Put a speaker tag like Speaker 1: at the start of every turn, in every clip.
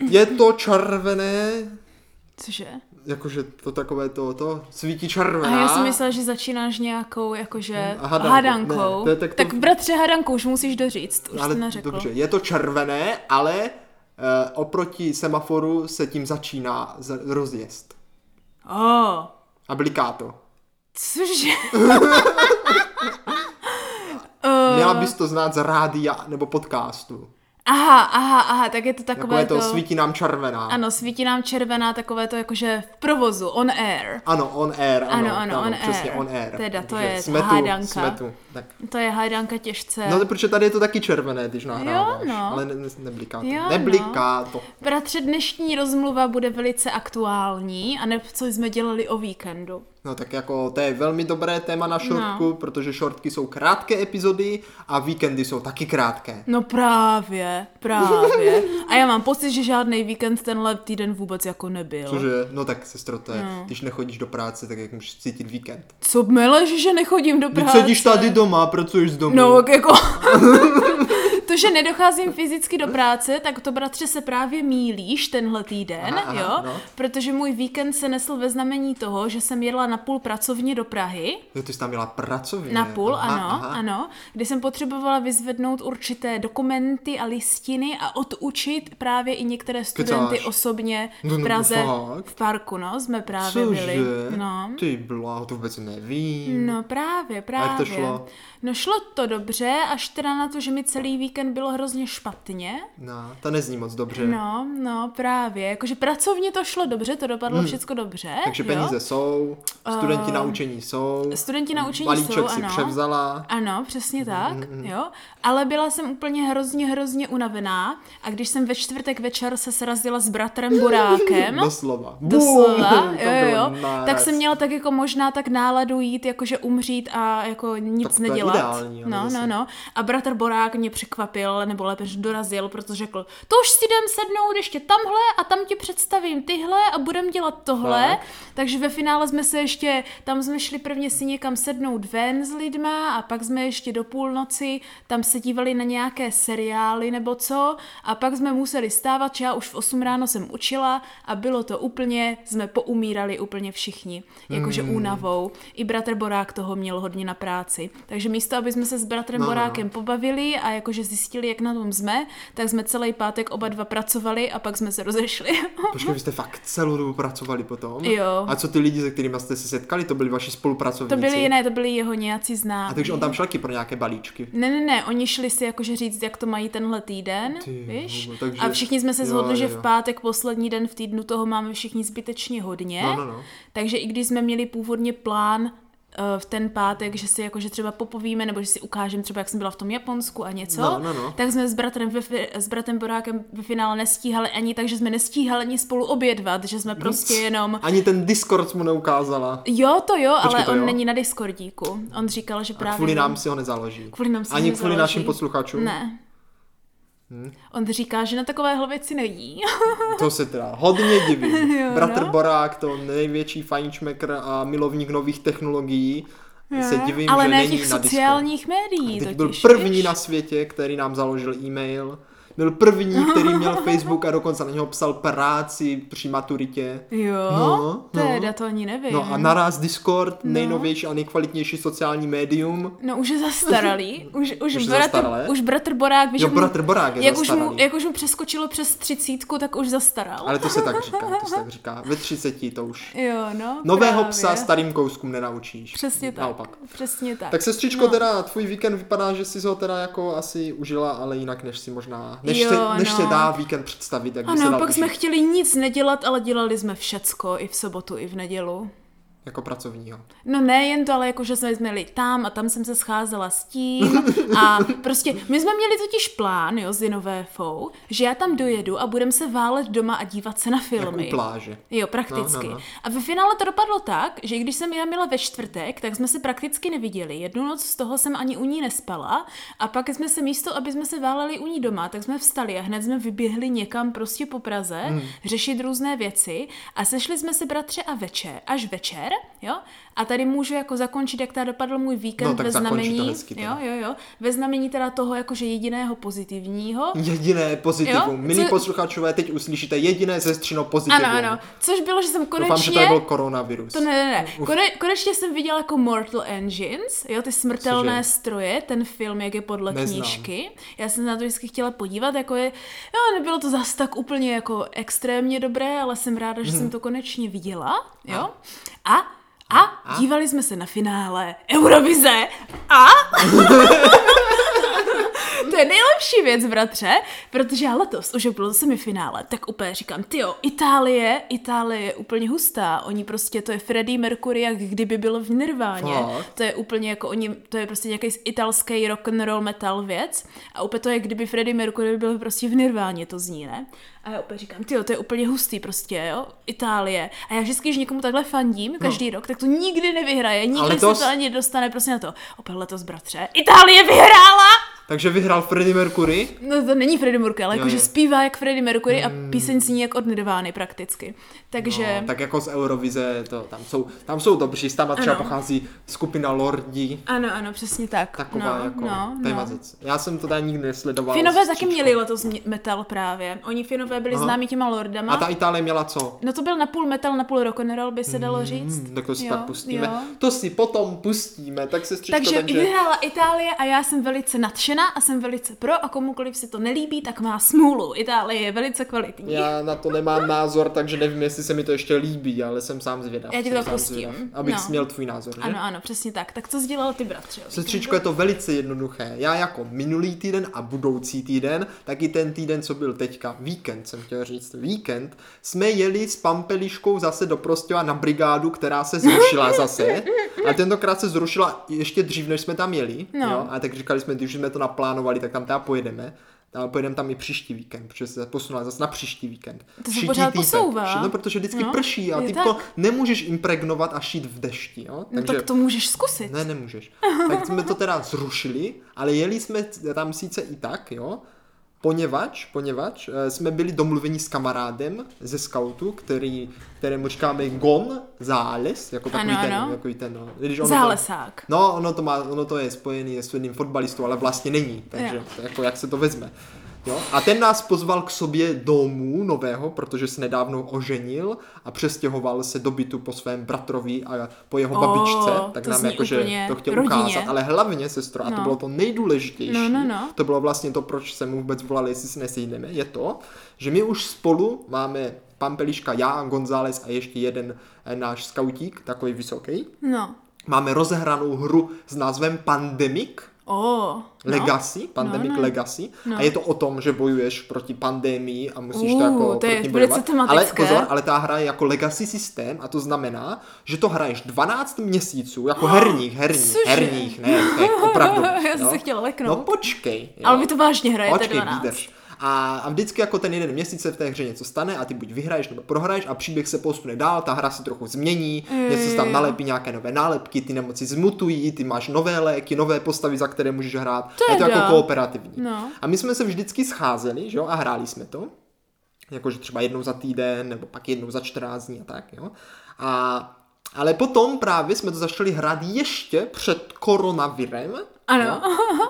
Speaker 1: Je to červené,
Speaker 2: Cože?
Speaker 1: jakože to takové to, to svítí červená.
Speaker 2: A já jsem myslela, že začínáš nějakou, jakože,
Speaker 1: Hm, A hadankou.
Speaker 2: hadankou.
Speaker 1: Ne,
Speaker 2: hadankou. Ne,
Speaker 1: to je tak
Speaker 2: tak,
Speaker 1: to-
Speaker 2: tak bratře, hadankou už musíš doříct, už
Speaker 1: ale
Speaker 2: jsi nařekl.
Speaker 1: dobře, je to červené, ale eh, oproti semaforu se tím začíná z- rozjezd.
Speaker 2: Oh,
Speaker 1: A bliká to.
Speaker 2: cože?
Speaker 1: Měla bys to znát z rádia nebo podcastu.
Speaker 2: Aha, aha, aha, tak je to takové
Speaker 1: Takové to, svítí nám červená.
Speaker 2: Ano, svítí nám červená, takové to jakože v provozu, on air.
Speaker 1: Ano, on air. Ano,
Speaker 2: Ano, ano, on
Speaker 1: přesně,
Speaker 2: air.
Speaker 1: on air.
Speaker 2: Teda to
Speaker 1: Takže
Speaker 2: je
Speaker 1: jsme tu,
Speaker 2: hádanka.
Speaker 1: Jsme tu. Tak.
Speaker 2: To je hajdanka těžce.
Speaker 1: No, protože tady je to taky červené, když nahráváš.
Speaker 2: Jo, no.
Speaker 1: Ale ne, ne, nebliká to.
Speaker 2: Jo, no.
Speaker 1: nebliká to.
Speaker 2: Bratře, dnešní rozmluva bude velice aktuální, a ne co jsme dělali o víkendu.
Speaker 1: No tak jako to je velmi dobré téma na shortku,
Speaker 2: No.
Speaker 1: protože shortky jsou krátké epizody a víkendy jsou taky krátké.
Speaker 2: No právě, právě. A já mám pocit, že žádný víkend tenhle týden vůbec jako nebyl.
Speaker 1: Cože, no tak sestro, to je, když nechodíš do práce, tak jak můžeš cítit víkend.
Speaker 2: Co melež, že nechodím do
Speaker 1: Když
Speaker 2: práce?
Speaker 1: sedíš tady doma, pracuješ z domu.
Speaker 2: No, jako... to, že nedocházím fyzicky do práce, tak to, bratře, se právě mílíš tenhle týden,
Speaker 1: Aha, aha,
Speaker 2: jo?
Speaker 1: no.
Speaker 2: Protože můj víkend se nesl ve znamení toho, že jsem jela na půl pracovně do Prahy.
Speaker 1: Jo, ty jsi tam měla pracovně.
Speaker 2: Na půl,
Speaker 1: Eh, Aha,
Speaker 2: ano,
Speaker 1: aha.
Speaker 2: ano, kdy jsem potřebovala vyzvednout určité dokumenty a listiny a odučit právě i některé studenty
Speaker 1: Kecáš.
Speaker 2: osobně
Speaker 1: No, no,
Speaker 2: v Praze,
Speaker 1: fakt?
Speaker 2: v parku, no, jsme právě
Speaker 1: Cože?
Speaker 2: byli. No.
Speaker 1: Ty bláho, to vůbec nevím.
Speaker 2: No právě, právě.
Speaker 1: Hmm. jak to šlo?
Speaker 2: No šlo to dobře, až teda na to, že mi celý víkend bylo hrozně špatně.
Speaker 1: No, to nezní moc dobře.
Speaker 2: No, no právě, jakože pracovně to šlo dobře, to dopadlo všecko dobře.
Speaker 1: Hmm. Takže
Speaker 2: jo? Eh,
Speaker 1: peníze jsou, studenti na učení jsou,
Speaker 2: Studenti na učení
Speaker 1: balíček
Speaker 2: jsou,
Speaker 1: si Hmm,
Speaker 2: ano.
Speaker 1: převzala.
Speaker 2: Ano, přesně tak, jo. Ale byla jsem úplně hrozně, hrozně unavená a když jsem ve čtvrtek večer se srazila s bratrem Borákem,
Speaker 1: Doslova.
Speaker 2: doslova,
Speaker 1: Bum, to
Speaker 2: jo, jo,
Speaker 1: bylo
Speaker 2: jo,
Speaker 1: naraz.
Speaker 2: tak jsem měla tak jako možná tak náladu jít, jakože umřít a jako nic
Speaker 1: Tak to je
Speaker 2: nedělat.
Speaker 1: ideální, ale
Speaker 2: no,
Speaker 1: zase.
Speaker 2: no, no. A bratr Borák mě překvapil, nebo lépe že dorazil, protože řekl, to už si jdem sednout ještě tamhle a tam ti představím tyhle a budem dělat tohle.
Speaker 1: Tak.
Speaker 2: Tak. Takže ve finále jsme se ještě, tam jsme šli prvně si někam sednout ven s lidma a pak jsme ještě do půlnoci tam se dívali na nějaké seriály nebo co a pak jsme museli stávat, že já už v 8 ráno jsem učila a bylo to úplně, jsme poumírali úplně všichni, jakože únavou. I bratr Borák toho měl hodně na práci. Takže místo, aby jsme se s bratrem
Speaker 1: No, no, no.
Speaker 2: Borákem pobavili a jakože zjistili, jak na tom jsme, tak jsme celý pátek oba dva pracovali a pak jsme se rozešli.
Speaker 1: Počkej, vy jste fakt celou dobu pracovali potom?
Speaker 2: Jo.
Speaker 1: A co ty lidi, se kterými jste se setkali, to byli vaši spolupracovníci?
Speaker 2: to byli, ne, to byli jeho nějací
Speaker 1: A
Speaker 2: známí.
Speaker 1: takže on tam šel taky pro nějaké balíčky.
Speaker 2: Ne, ne, ne, oni šli si jakože říct, jak to mají tenhle týden,
Speaker 1: Ty
Speaker 2: víš?
Speaker 1: vole, takže-
Speaker 2: A všichni jsme se
Speaker 1: jo,
Speaker 2: shodli, že
Speaker 1: jo, jo.
Speaker 2: v pátek, poslední den v týdnu, toho máme všichni zbytečně hodně.
Speaker 1: No, no, no.
Speaker 2: Takže i když jsme měli původně plán eh, v ten pátek, že si jakože třeba popovíme, nebo že si ukážeme třeba, jak jsem byla v tom Japonsku a něco,
Speaker 1: No, no, no.
Speaker 2: tak jsme s bratrem, ve, fi- s bratrem Borákem ve finále nestíhali ani, takže jsme nestíhali ani spolu obědvat, že jsme prostě jenom...
Speaker 1: Ani ten Discord mu neukázala.
Speaker 2: Jo, to jo,
Speaker 1: Počkej,
Speaker 2: ale
Speaker 1: to
Speaker 2: on
Speaker 1: jo.
Speaker 2: není na Discordíku. On říkal, že právě...
Speaker 1: A kvůli nám si ho nezaloží.
Speaker 2: Kvůli nám si
Speaker 1: Ani
Speaker 2: ho
Speaker 1: kvůli
Speaker 2: nezaloží.
Speaker 1: našim posluchačům.
Speaker 2: Ne.
Speaker 1: Hm?
Speaker 2: On říká, že na takovéhle věci nejí.
Speaker 1: To se teda hodně divím.
Speaker 2: Jo,
Speaker 1: Bratr
Speaker 2: no.
Speaker 1: Borák, to největší fajnčmekr a milovník nových technologií, se divím,
Speaker 2: Ale
Speaker 1: že
Speaker 2: ne
Speaker 1: není
Speaker 2: těch
Speaker 1: na
Speaker 2: sociálních médií.
Speaker 1: Discordu. Teď
Speaker 2: totiž,
Speaker 1: byl první
Speaker 2: víš?
Speaker 1: na světě, který nám založil e-mail. Byl první, který měl Facebook a dokonce na něho psal práci při maturitě.
Speaker 2: Jo,
Speaker 1: No,
Speaker 2: no,
Speaker 1: no.
Speaker 2: teda to ani nevím.
Speaker 1: No a naraz Discord, nejnovější a nejkvalitnější sociální médium.
Speaker 2: No už je zastaralý. Už, už,
Speaker 1: Už je
Speaker 2: už, bratr,
Speaker 1: zastaralé?
Speaker 2: už bratr Borák, víš,
Speaker 1: Jo,
Speaker 2: jak mu-
Speaker 1: bratr Borák je
Speaker 2: jak už, mu,
Speaker 1: zastaralý.
Speaker 2: jak už mu přeskočilo přes třicítku, tak už zastaral.
Speaker 1: Ale to se tak říká, to se tak říká. Ve 30 to už.
Speaker 2: Jo, no.
Speaker 1: Nového
Speaker 2: právě.
Speaker 1: psa starým kouskům nenaučíš.
Speaker 2: Přesně tak.
Speaker 1: Naopak.
Speaker 2: Přesně tak.
Speaker 1: Tak sestřičko, no. teda tvůj víkend vypadá, že jsi ho teda jako asi užila, ale jinak než si možná, než,
Speaker 2: Jo,
Speaker 1: se, než
Speaker 2: no.
Speaker 1: se dá víkend představit, jak by se
Speaker 2: ano,
Speaker 1: dal
Speaker 2: pak
Speaker 1: užít.
Speaker 2: jsme chtěli nic nedělat, ale dělali jsme všecko, i v sobotu, i v nedělu.
Speaker 1: Jako pracovního.
Speaker 2: No ne jen to, ale jako, že jsme jsme jeli tam a tam jsem se scházela s tím a prostě, my jsme měli totiž plán, jo, s Jinové Fou, že já tam dojedu a budem se válet doma a dívat se na
Speaker 1: Jako
Speaker 2: filmy.
Speaker 1: u pláže.
Speaker 2: Jo, prakticky.
Speaker 1: No,
Speaker 2: No,
Speaker 1: no,
Speaker 2: no,
Speaker 1: no.
Speaker 2: A ve finále to dopadlo tak, že i když jsem já měla ve čtvrtek, tak jsme se prakticky neviděli. Jednu noc z toho jsem ani u ní nespala. A pak jsme se místo, aby jsme se váleli u ní doma, tak jsme vstali a hned jsme vyběhli někam
Speaker 1: Hmm.
Speaker 2: prostě po Praze, řešit různé věci. A sešli jsme se bratře a večer, až večer jo? A tady můžu jako zakončit, jak tady dopadl můj víkend
Speaker 1: No, tak
Speaker 2: ve
Speaker 1: zakonči to
Speaker 2: znamení,
Speaker 1: hezky teda.
Speaker 2: jo, jo, jo, ve znamení teda toho jakože jediného pozitivního,
Speaker 1: Jediné pozitivum.
Speaker 2: Jo?
Speaker 1: Milí
Speaker 2: Co-
Speaker 1: posluchačové, teď uslyšíte jediné zestřino pozitivum.
Speaker 2: ano, ano, což bylo, že jsem konečně...
Speaker 1: Doufám, že to nebyl koronavirus.
Speaker 2: To ne, ne, ne. Kone, konečně jsem viděla jako Mortal Engines, jo, ty smrtelné
Speaker 1: Cože?
Speaker 2: stroje, ten film, jak je podle
Speaker 1: Neznám.
Speaker 2: knížky. Já jsem se na to vždycky chtěla podívat, jako je, jo, nebylo to zas tak úplně jako extrémně dobré, ale jsem ráda, že
Speaker 1: Mhm.
Speaker 2: jsem to konečně viděla,
Speaker 1: No.
Speaker 2: jo. A, a, a? dívali jsme se na finále Eurovize a... To je nejlepší věc, bratře, protože já letos už jak bylo semifinále, tak úplně říkám, ty jo, Itálie, Itálie je úplně hustá, oni prostě, to je Freddie Mercury, jak kdyby byl v Nirváně,
Speaker 1: Fakt?
Speaker 2: to je úplně jako oni, to je prostě nějaký italský rock and roll metal věc a úplně to je, kdyby Freddie Mercury byl prostě v Nirváně, to zní, ne? A já úplně říkám, ty jo, to je úplně hustý prostě, jo, Itálie. A já vždycky, když někomu takhle fandím, každý rok, tak to nikdy nevyhraje, nikdy
Speaker 1: No. Ale
Speaker 2: se
Speaker 1: dost-
Speaker 2: to ani dostane prostě na to. Opět letos, bratře, Itálie vyhrála!
Speaker 1: Takže vyhrál Freddie Mercury.
Speaker 2: No to není Freddie Mercury, ale
Speaker 1: Jo,
Speaker 2: jakože
Speaker 1: jo. Hmm.
Speaker 2: zpívá jak Freddie Mercury a píseň zní jak od Nirvány prakticky. Takže...
Speaker 1: No, tak jako z Eurovize, to, tam, jsou, tam jsou dobří, tam třeba
Speaker 2: Ano.
Speaker 1: pochází skupina Lordí,
Speaker 2: Ano, ano, přesně tak.
Speaker 1: taková
Speaker 2: no,
Speaker 1: jako
Speaker 2: no, no.
Speaker 1: tématice. Já jsem to tady nikdy nesledoval.
Speaker 2: Finové
Speaker 1: s
Speaker 2: taky
Speaker 1: příčkou.
Speaker 2: měli letos mě- metal právě. Oni Finové byli
Speaker 1: Aha.
Speaker 2: známí těma lordama.
Speaker 1: A ta Itálie měla co?
Speaker 2: No to byl napůl metal, napůl rock'n'roll by se dalo říct.
Speaker 1: Hmm, tak to si
Speaker 2: Jo,
Speaker 1: pak pustíme.
Speaker 2: jo.
Speaker 1: To si potom pustíme, tak se
Speaker 2: Takže,
Speaker 1: takže...
Speaker 2: vyhrála Itálie a já jsem velice nadšená a jsem velice pro a komukoliv se to nelíbí, tak má smůlu. Itálie je velice kvalitní.
Speaker 1: Já na to nemám názor, takže nevím, jestli se mi to ještě líbí, ale jsem sám zvědav.
Speaker 2: Já ti
Speaker 1: jsem
Speaker 2: to
Speaker 1: sám
Speaker 2: pustím.
Speaker 1: zvědav, Abych
Speaker 2: No.
Speaker 1: no. měl tvůj názor, že?
Speaker 2: Ano, ano, přesně tak. Tak co sdělal ty bratře? o No,
Speaker 1: Sestřičko, je to velice jednoduché. Já jako minulý týden a budoucí týden, tak i ten týden, co byl teďka, víkend jsem chtěl říct, víkend, jsme jeli s Pampeliškou zase do Prostěva na brigádu, která se zrušila zase. A tentokrát se zrušila ještě dřív, než jsme tam jeli.
Speaker 2: No.
Speaker 1: Jo? A tak říkali jsme, když jsme to naplánovali, tak tam teda pojedeme. A pojedeme tam i příští víkend, protože se posunula zase na příští víkend.
Speaker 2: To se
Speaker 1: Šití
Speaker 2: pořád
Speaker 1: týpek.
Speaker 2: posouvá.
Speaker 1: No, protože vždycky
Speaker 2: No,
Speaker 1: no, prší a
Speaker 2: je
Speaker 1: ty
Speaker 2: tak.
Speaker 1: to nemůžeš impregnovat a šít v dešti. Jo?
Speaker 2: No tak to můžeš zkusit.
Speaker 1: Ne, nemůžeš. Tak jsme to teda zrušili, ale jeli jsme tam sice i tak, jo, poněvadž, poněvadž eh, jsme byli domluveni s kamarádem ze scoutu, který, kterému říkáme Gon Záles, jako takový
Speaker 2: Ano,
Speaker 1: ten,
Speaker 2: ano.
Speaker 1: Jako ten no. Když
Speaker 2: Zálesák.
Speaker 1: To, no, ono to, má, ono to je spojený s jedným fotbalistou, ale vlastně není, takže
Speaker 2: Jo.
Speaker 1: jako jak se to vezme. Jo? A ten nás pozval k sobě domů nového, protože se nedávno oženil a přestěhoval se do bytu po svém bratrovi a po jeho
Speaker 2: O,
Speaker 1: babičce, tak
Speaker 2: to
Speaker 1: nám
Speaker 2: zní
Speaker 1: jakože
Speaker 2: úplně
Speaker 1: to chtěl
Speaker 2: rodinně.
Speaker 1: ukázat. Ale hlavně, sestro, a to
Speaker 2: No.
Speaker 1: bylo to nejdůležitější,
Speaker 2: No, no, no.
Speaker 1: to bylo vlastně to, proč jsem mu vůbec volal, jestli se nesejdeme, je to, že my už spolu máme Pampeliška, já, González a ještě jeden eh, náš skautík, takový vysoký.
Speaker 2: No.
Speaker 1: Máme rozehranou hru s názvem Pandemic,
Speaker 2: O. Oh, No.
Speaker 1: Legacy, Pandemic
Speaker 2: no.
Speaker 1: Legacy.
Speaker 2: No.
Speaker 1: A je to o tom, že bojuješ proti pandémii a musíš
Speaker 2: Uh,
Speaker 1: to jako
Speaker 2: to je
Speaker 1: proti
Speaker 2: velice
Speaker 1: bojovat. Ale
Speaker 2: tematické.
Speaker 1: pozor, ale ta hra je jako legacy systém a to znamená, že to hraješ 12 měsíců, jako herních, herních,
Speaker 2: cože?
Speaker 1: herních, ne, ne opravdu.
Speaker 2: Já jsem
Speaker 1: jo.
Speaker 2: se chtěla
Speaker 1: No
Speaker 2: leknout.
Speaker 1: počkej. Jo.
Speaker 2: Ale vy to vážně hrajete
Speaker 1: Počkej,
Speaker 2: 12.
Speaker 1: vydrž. A, a vždycky jako ten jeden měsíc se v té hře něco stane a ty buď vyhraješ nebo prohraješ a příběh se posune dál, ta hra se trochu změní, něco se tam nalepí, nějaké nové nálepky, ty nemoci zmutují, ty máš nové léky, nové postavy, za které můžeš hrát. A je to
Speaker 2: Teda.
Speaker 1: jako kooperativní.
Speaker 2: No.
Speaker 1: A my jsme se vždycky scházeli že jo, a hráli jsme to. Jakože třeba jednou za týden, nebo pak jednou za 14 dní a tak, jo. A, ale potom právě jsme to začali hrát ještě před koronavirem.
Speaker 2: Ano.
Speaker 1: Jo?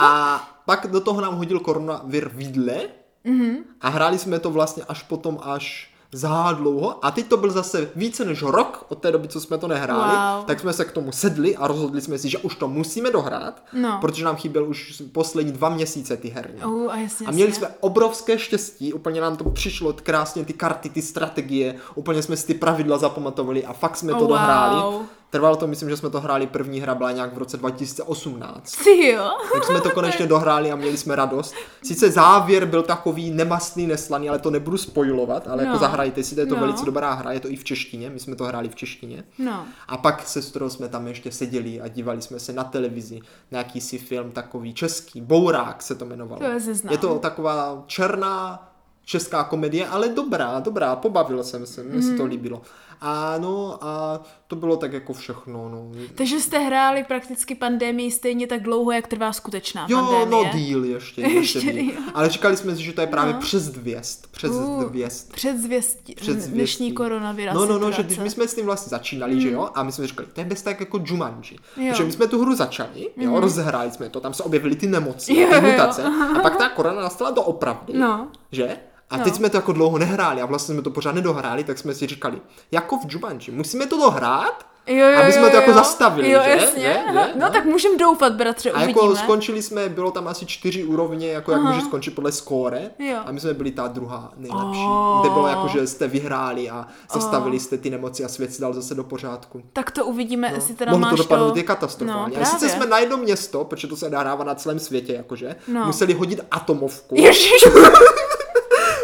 Speaker 1: A pak do toho nám hodil koronavir vidle.
Speaker 2: Mhm.
Speaker 1: Mm-hmm. A hráli jsme to vlastně až potom, až za dlouho. A teď to byl zase více než rok od té doby, co jsme to nehráli.
Speaker 2: Wow.
Speaker 1: Tak jsme se k tomu sedli a rozhodli jsme si, že už to musíme dohrát,
Speaker 2: No.
Speaker 1: protože nám chyběl už poslední dva měsíce ty herně.
Speaker 2: Uh, a jasně,
Speaker 1: No. A měli
Speaker 2: jasně.
Speaker 1: jsme obrovské štěstí, úplně nám to přišlo t- krásně, ty karty, ty strategie, úplně jsme si ty pravidla zapamatovali a fakt jsme to
Speaker 2: Oh, wow.
Speaker 1: dohráli. Trvalo to, myslím, že jsme to hráli, první hra byla nějak v roce 2018.
Speaker 2: Ty jo.
Speaker 1: Tak jsme to konečně dohráli a měli jsme radost. Sice závěr byl takový nemastný, neslaný, ale to nebudu spojovat, ale
Speaker 2: No.
Speaker 1: jako zahrajte si, to je to
Speaker 2: No.
Speaker 1: velice dobrá hra, je to i v češtině, my jsme to hráli v češtině.
Speaker 2: No.
Speaker 1: A pak se sestrou jsme tam ještě seděli a dívali jsme se na televizi na jakýsi film takový český, Bourák se to jmenovalo.
Speaker 2: To je seznam.
Speaker 1: je to taková černá česká komedie, ale dobrá, dobrá, pobavil jsem se, mně se to
Speaker 2: Mhm.
Speaker 1: líbilo. A no a to bylo tak jako všechno, no.
Speaker 2: Takže jste hráli prakticky pandemii stejně tak dlouho, jak trvá skutečná
Speaker 1: Jo,
Speaker 2: pandemie.
Speaker 1: no díl ještě, ještě,
Speaker 2: Ještě
Speaker 1: díl.
Speaker 2: díl.
Speaker 1: Ale říkali jsme si, že to je právě no. předzvěst, předzvěst.
Speaker 2: Předzvěstí,
Speaker 1: Předzvěstí.
Speaker 2: Uh, dnešní koronavira
Speaker 1: No, no, no, že když my jsme s tím vlastně začínali, mm. že jo, a my jsme říkali, to je bez tak jako Jumanji.
Speaker 2: Jo.
Speaker 1: Protože my jsme tu hru začali, jo, rozhráli jsme to, tam se objevily ty nemoci,
Speaker 2: Jo,
Speaker 1: jo, ty
Speaker 2: jo, jo.
Speaker 1: mutace, a pak ta korona nastala doopravdy,
Speaker 2: No.
Speaker 1: že? A
Speaker 2: No.
Speaker 1: teď jsme to jako dlouho nehráli a vlastně jsme to pořád nedohráli, tak jsme si říkali, jako v Jumanji, musíme to dohrát,
Speaker 2: Jo, jo,
Speaker 1: aby jsme
Speaker 2: jo,
Speaker 1: to jako
Speaker 2: jo.
Speaker 1: zastavili,
Speaker 2: jo,
Speaker 1: že?
Speaker 2: Jasně.
Speaker 1: Že? Že?
Speaker 2: No, tak můžeme doufat, bratře,
Speaker 1: A
Speaker 2: uvidíme.
Speaker 1: jako skončili jsme, bylo tam asi čtyři úrovně, jako jak
Speaker 2: Aha.
Speaker 1: může skončit podle skóre.
Speaker 2: Jo.
Speaker 1: A my jsme byli ta druhá nejlepší,
Speaker 2: Oh.
Speaker 1: kde bylo jako, že jste vyhráli a zastavili jste ty nemoci a svět se dal zase do pořádku.
Speaker 2: Tak to uvidíme, jestli teda
Speaker 1: No. Mohlo
Speaker 2: máš
Speaker 1: to dopadnout
Speaker 2: to...
Speaker 1: je katastrofálně.
Speaker 2: No,
Speaker 1: a sice
Speaker 2: právě.
Speaker 1: jsme na jedno město, protože to se nahrává na celém světě, jakože,
Speaker 2: No.
Speaker 1: museli hodit atomovku,
Speaker 2: Ježiš,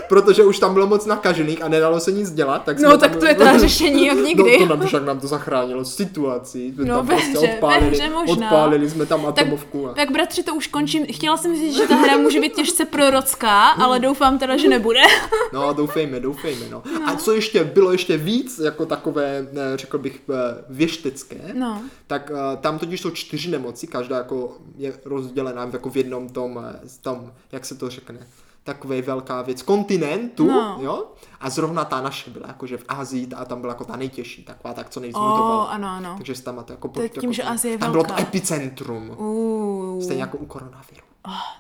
Speaker 1: protože už tam bylo moc nakažených a nedalo se nic dělat. Tak jsme
Speaker 2: no
Speaker 1: tam...
Speaker 2: tak to je teda řešení jak nikdy.
Speaker 1: No, to nám, však nám to zachránilo situaci. Jsme
Speaker 2: No,
Speaker 1: tam
Speaker 2: veře,
Speaker 1: prostě odpálili,
Speaker 2: veře možná.
Speaker 1: odpálili jsme tam
Speaker 2: tak,
Speaker 1: atomovku. a...
Speaker 2: tak bratři, to už končím. Chtěla jsem říct, že ta hra může být těžce prorocká,
Speaker 1: Mm.
Speaker 2: ale doufám teda, že nebude.
Speaker 1: No, doufejme, doufejme, no. A co ještě bylo ještě víc, jako takové, ne, řekl bych, eh, věštecké,
Speaker 2: No.
Speaker 1: tak eh, tam totiž jsou čtyři nemoci, každá jako je rozdělená jako v jednom tom, eh, tom jak se to řekne, takové velká věc, kontinentu,
Speaker 2: No.
Speaker 1: jo? A zrovna ta naše byla, jakože v Azii, a tam byla jako ta nejtěžší, taková tak, co nejzmutovala.
Speaker 2: Oh, ano, ano.
Speaker 1: Takže se tam máte jako...
Speaker 2: je tím,
Speaker 1: jako
Speaker 2: že Asie je
Speaker 1: Tam bylo to
Speaker 2: velká.
Speaker 1: epicentrum,
Speaker 2: Uuu.
Speaker 1: stejně jako u koronaviru.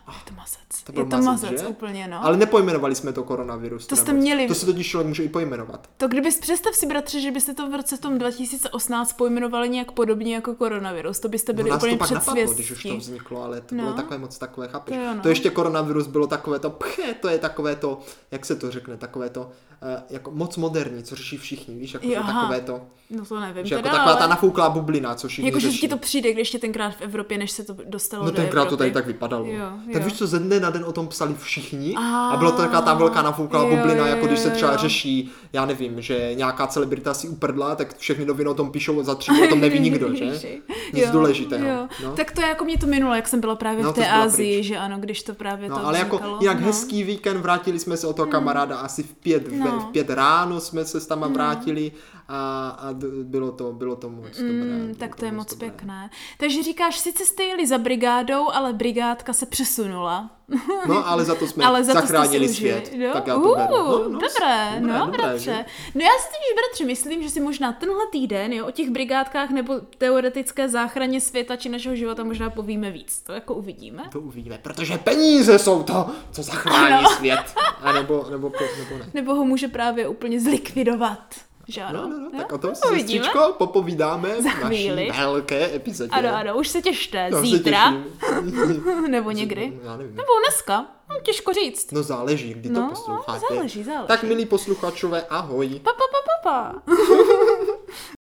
Speaker 2: Je to mazec.
Speaker 1: To byl
Speaker 2: je to
Speaker 1: mazec,
Speaker 2: mazec,
Speaker 1: že?
Speaker 2: úplně, no.
Speaker 1: Ale nepojmenovali jsme to koronavirus.
Speaker 2: To
Speaker 1: tu
Speaker 2: jste
Speaker 1: nemoc.
Speaker 2: měli-
Speaker 1: To se totiž člověk může i pojmenovat.
Speaker 2: To kdybys, představ si, bratře, že byste to v roce v tom 2018 pojmenovali nějak podobně jako koronavirus. To byste byli
Speaker 1: no, nás
Speaker 2: úplně
Speaker 1: to pak napadlo, když už to
Speaker 2: předsvěstí.
Speaker 1: vzniklo, ale to
Speaker 2: No.
Speaker 1: bylo takové moc takové, chápeš?
Speaker 2: To jo, no.
Speaker 1: to ještě koronavirus bylo takové to pche, to je takové to, jak se to řekne, takové to, eh, jako moc moderní, co řeší všichni, víš, jako
Speaker 2: Jo, aha.
Speaker 1: takové to,
Speaker 2: No to nevím
Speaker 1: že jako
Speaker 2: teda,
Speaker 1: taková
Speaker 2: ale...
Speaker 1: ta nafouklá bublina, co všichni
Speaker 2: Jakože
Speaker 1: řeší.
Speaker 2: ti to přijde, když ještě tenkrát v Evropě, než se to dostalo
Speaker 1: No
Speaker 2: do
Speaker 1: tenkrát to
Speaker 2: Evropy.
Speaker 1: tady tak vypadalo.
Speaker 2: Jo,
Speaker 1: tak
Speaker 2: jo.
Speaker 1: víš, co ze dne na den o tom psali všichni
Speaker 2: A.
Speaker 1: a bylo to taková ta velká nafouklá
Speaker 2: Jo,
Speaker 1: bublina,
Speaker 2: jo,
Speaker 1: jako když se
Speaker 2: jo,
Speaker 1: třeba
Speaker 2: jo.
Speaker 1: řeší, já nevím, že nějaká celebrita si uprdla, tak všechny noviny o tom píšou za tři dny, o tom neví nikdo, že?
Speaker 2: Ježiši.
Speaker 1: Nic
Speaker 2: Jo,
Speaker 1: důležitého.
Speaker 2: jo.
Speaker 1: No.
Speaker 2: Tak to je jako mě to minulo, jak jsem byla právě
Speaker 1: No,
Speaker 2: v
Speaker 1: to
Speaker 2: té
Speaker 1: jsi byla
Speaker 2: Azii,
Speaker 1: pryč.
Speaker 2: že ano, když to právě
Speaker 1: No,
Speaker 2: tam
Speaker 1: ale jako
Speaker 2: vznikalo.
Speaker 1: jinak
Speaker 2: no. Hmm.
Speaker 1: hezký víkend, vrátili jsme se o toho kamaráda asi v pět, ve,
Speaker 2: No. Hmm.
Speaker 1: v pět ráno jsme se s tama vrátili a, a d- bylo, to, bylo to moc dobré.
Speaker 2: Mm,
Speaker 1: bylo
Speaker 2: tak to je moc
Speaker 1: dobré.
Speaker 2: pěkné. Takže říkáš, sice jste jeli za brigádou, ale brigádka se přesunula.
Speaker 1: No, ale za to jsme
Speaker 2: ale za to jste
Speaker 1: zachránili
Speaker 2: si užili.
Speaker 1: svět.
Speaker 2: No?
Speaker 1: Tak já to beru.
Speaker 2: Uh,
Speaker 1: No, no,
Speaker 2: dobré,
Speaker 1: dobré,
Speaker 2: no,
Speaker 1: dobré,
Speaker 2: bratře.
Speaker 1: že?
Speaker 2: No já si tím, bratře, myslím, že si možná tenhle týden jo, o těch brigádkách nebo teoretické záchraně světa či našeho života možná povíme víc. To jako uvidíme.
Speaker 1: To uvidíme, protože peníze jsou to, co zachrání
Speaker 2: Ano.
Speaker 1: svět. A nebo, nebo, nebo ne.
Speaker 2: Nebo ho může právě úplně zlikvidovat. Že ano?
Speaker 1: No, no, no, tak
Speaker 2: Jo?
Speaker 1: o tom si
Speaker 2: Uvidíme.
Speaker 1: sestřičko popovídáme
Speaker 2: Za
Speaker 1: v naší
Speaker 2: chvíli.
Speaker 1: velké epizodě.
Speaker 2: Ano, ano, už se těšte.
Speaker 1: No, se
Speaker 2: Zítra.
Speaker 1: těším.
Speaker 2: nebo někdy.
Speaker 1: Já nevím.
Speaker 2: Nebo dneska. Hm, těžko říct.
Speaker 1: No záleží, kdy
Speaker 2: No,
Speaker 1: to posloucháte.
Speaker 2: záleží, záleží.
Speaker 1: Tak milí posluchačové, ahoj.
Speaker 2: Pa, pa, pa, pa, pa.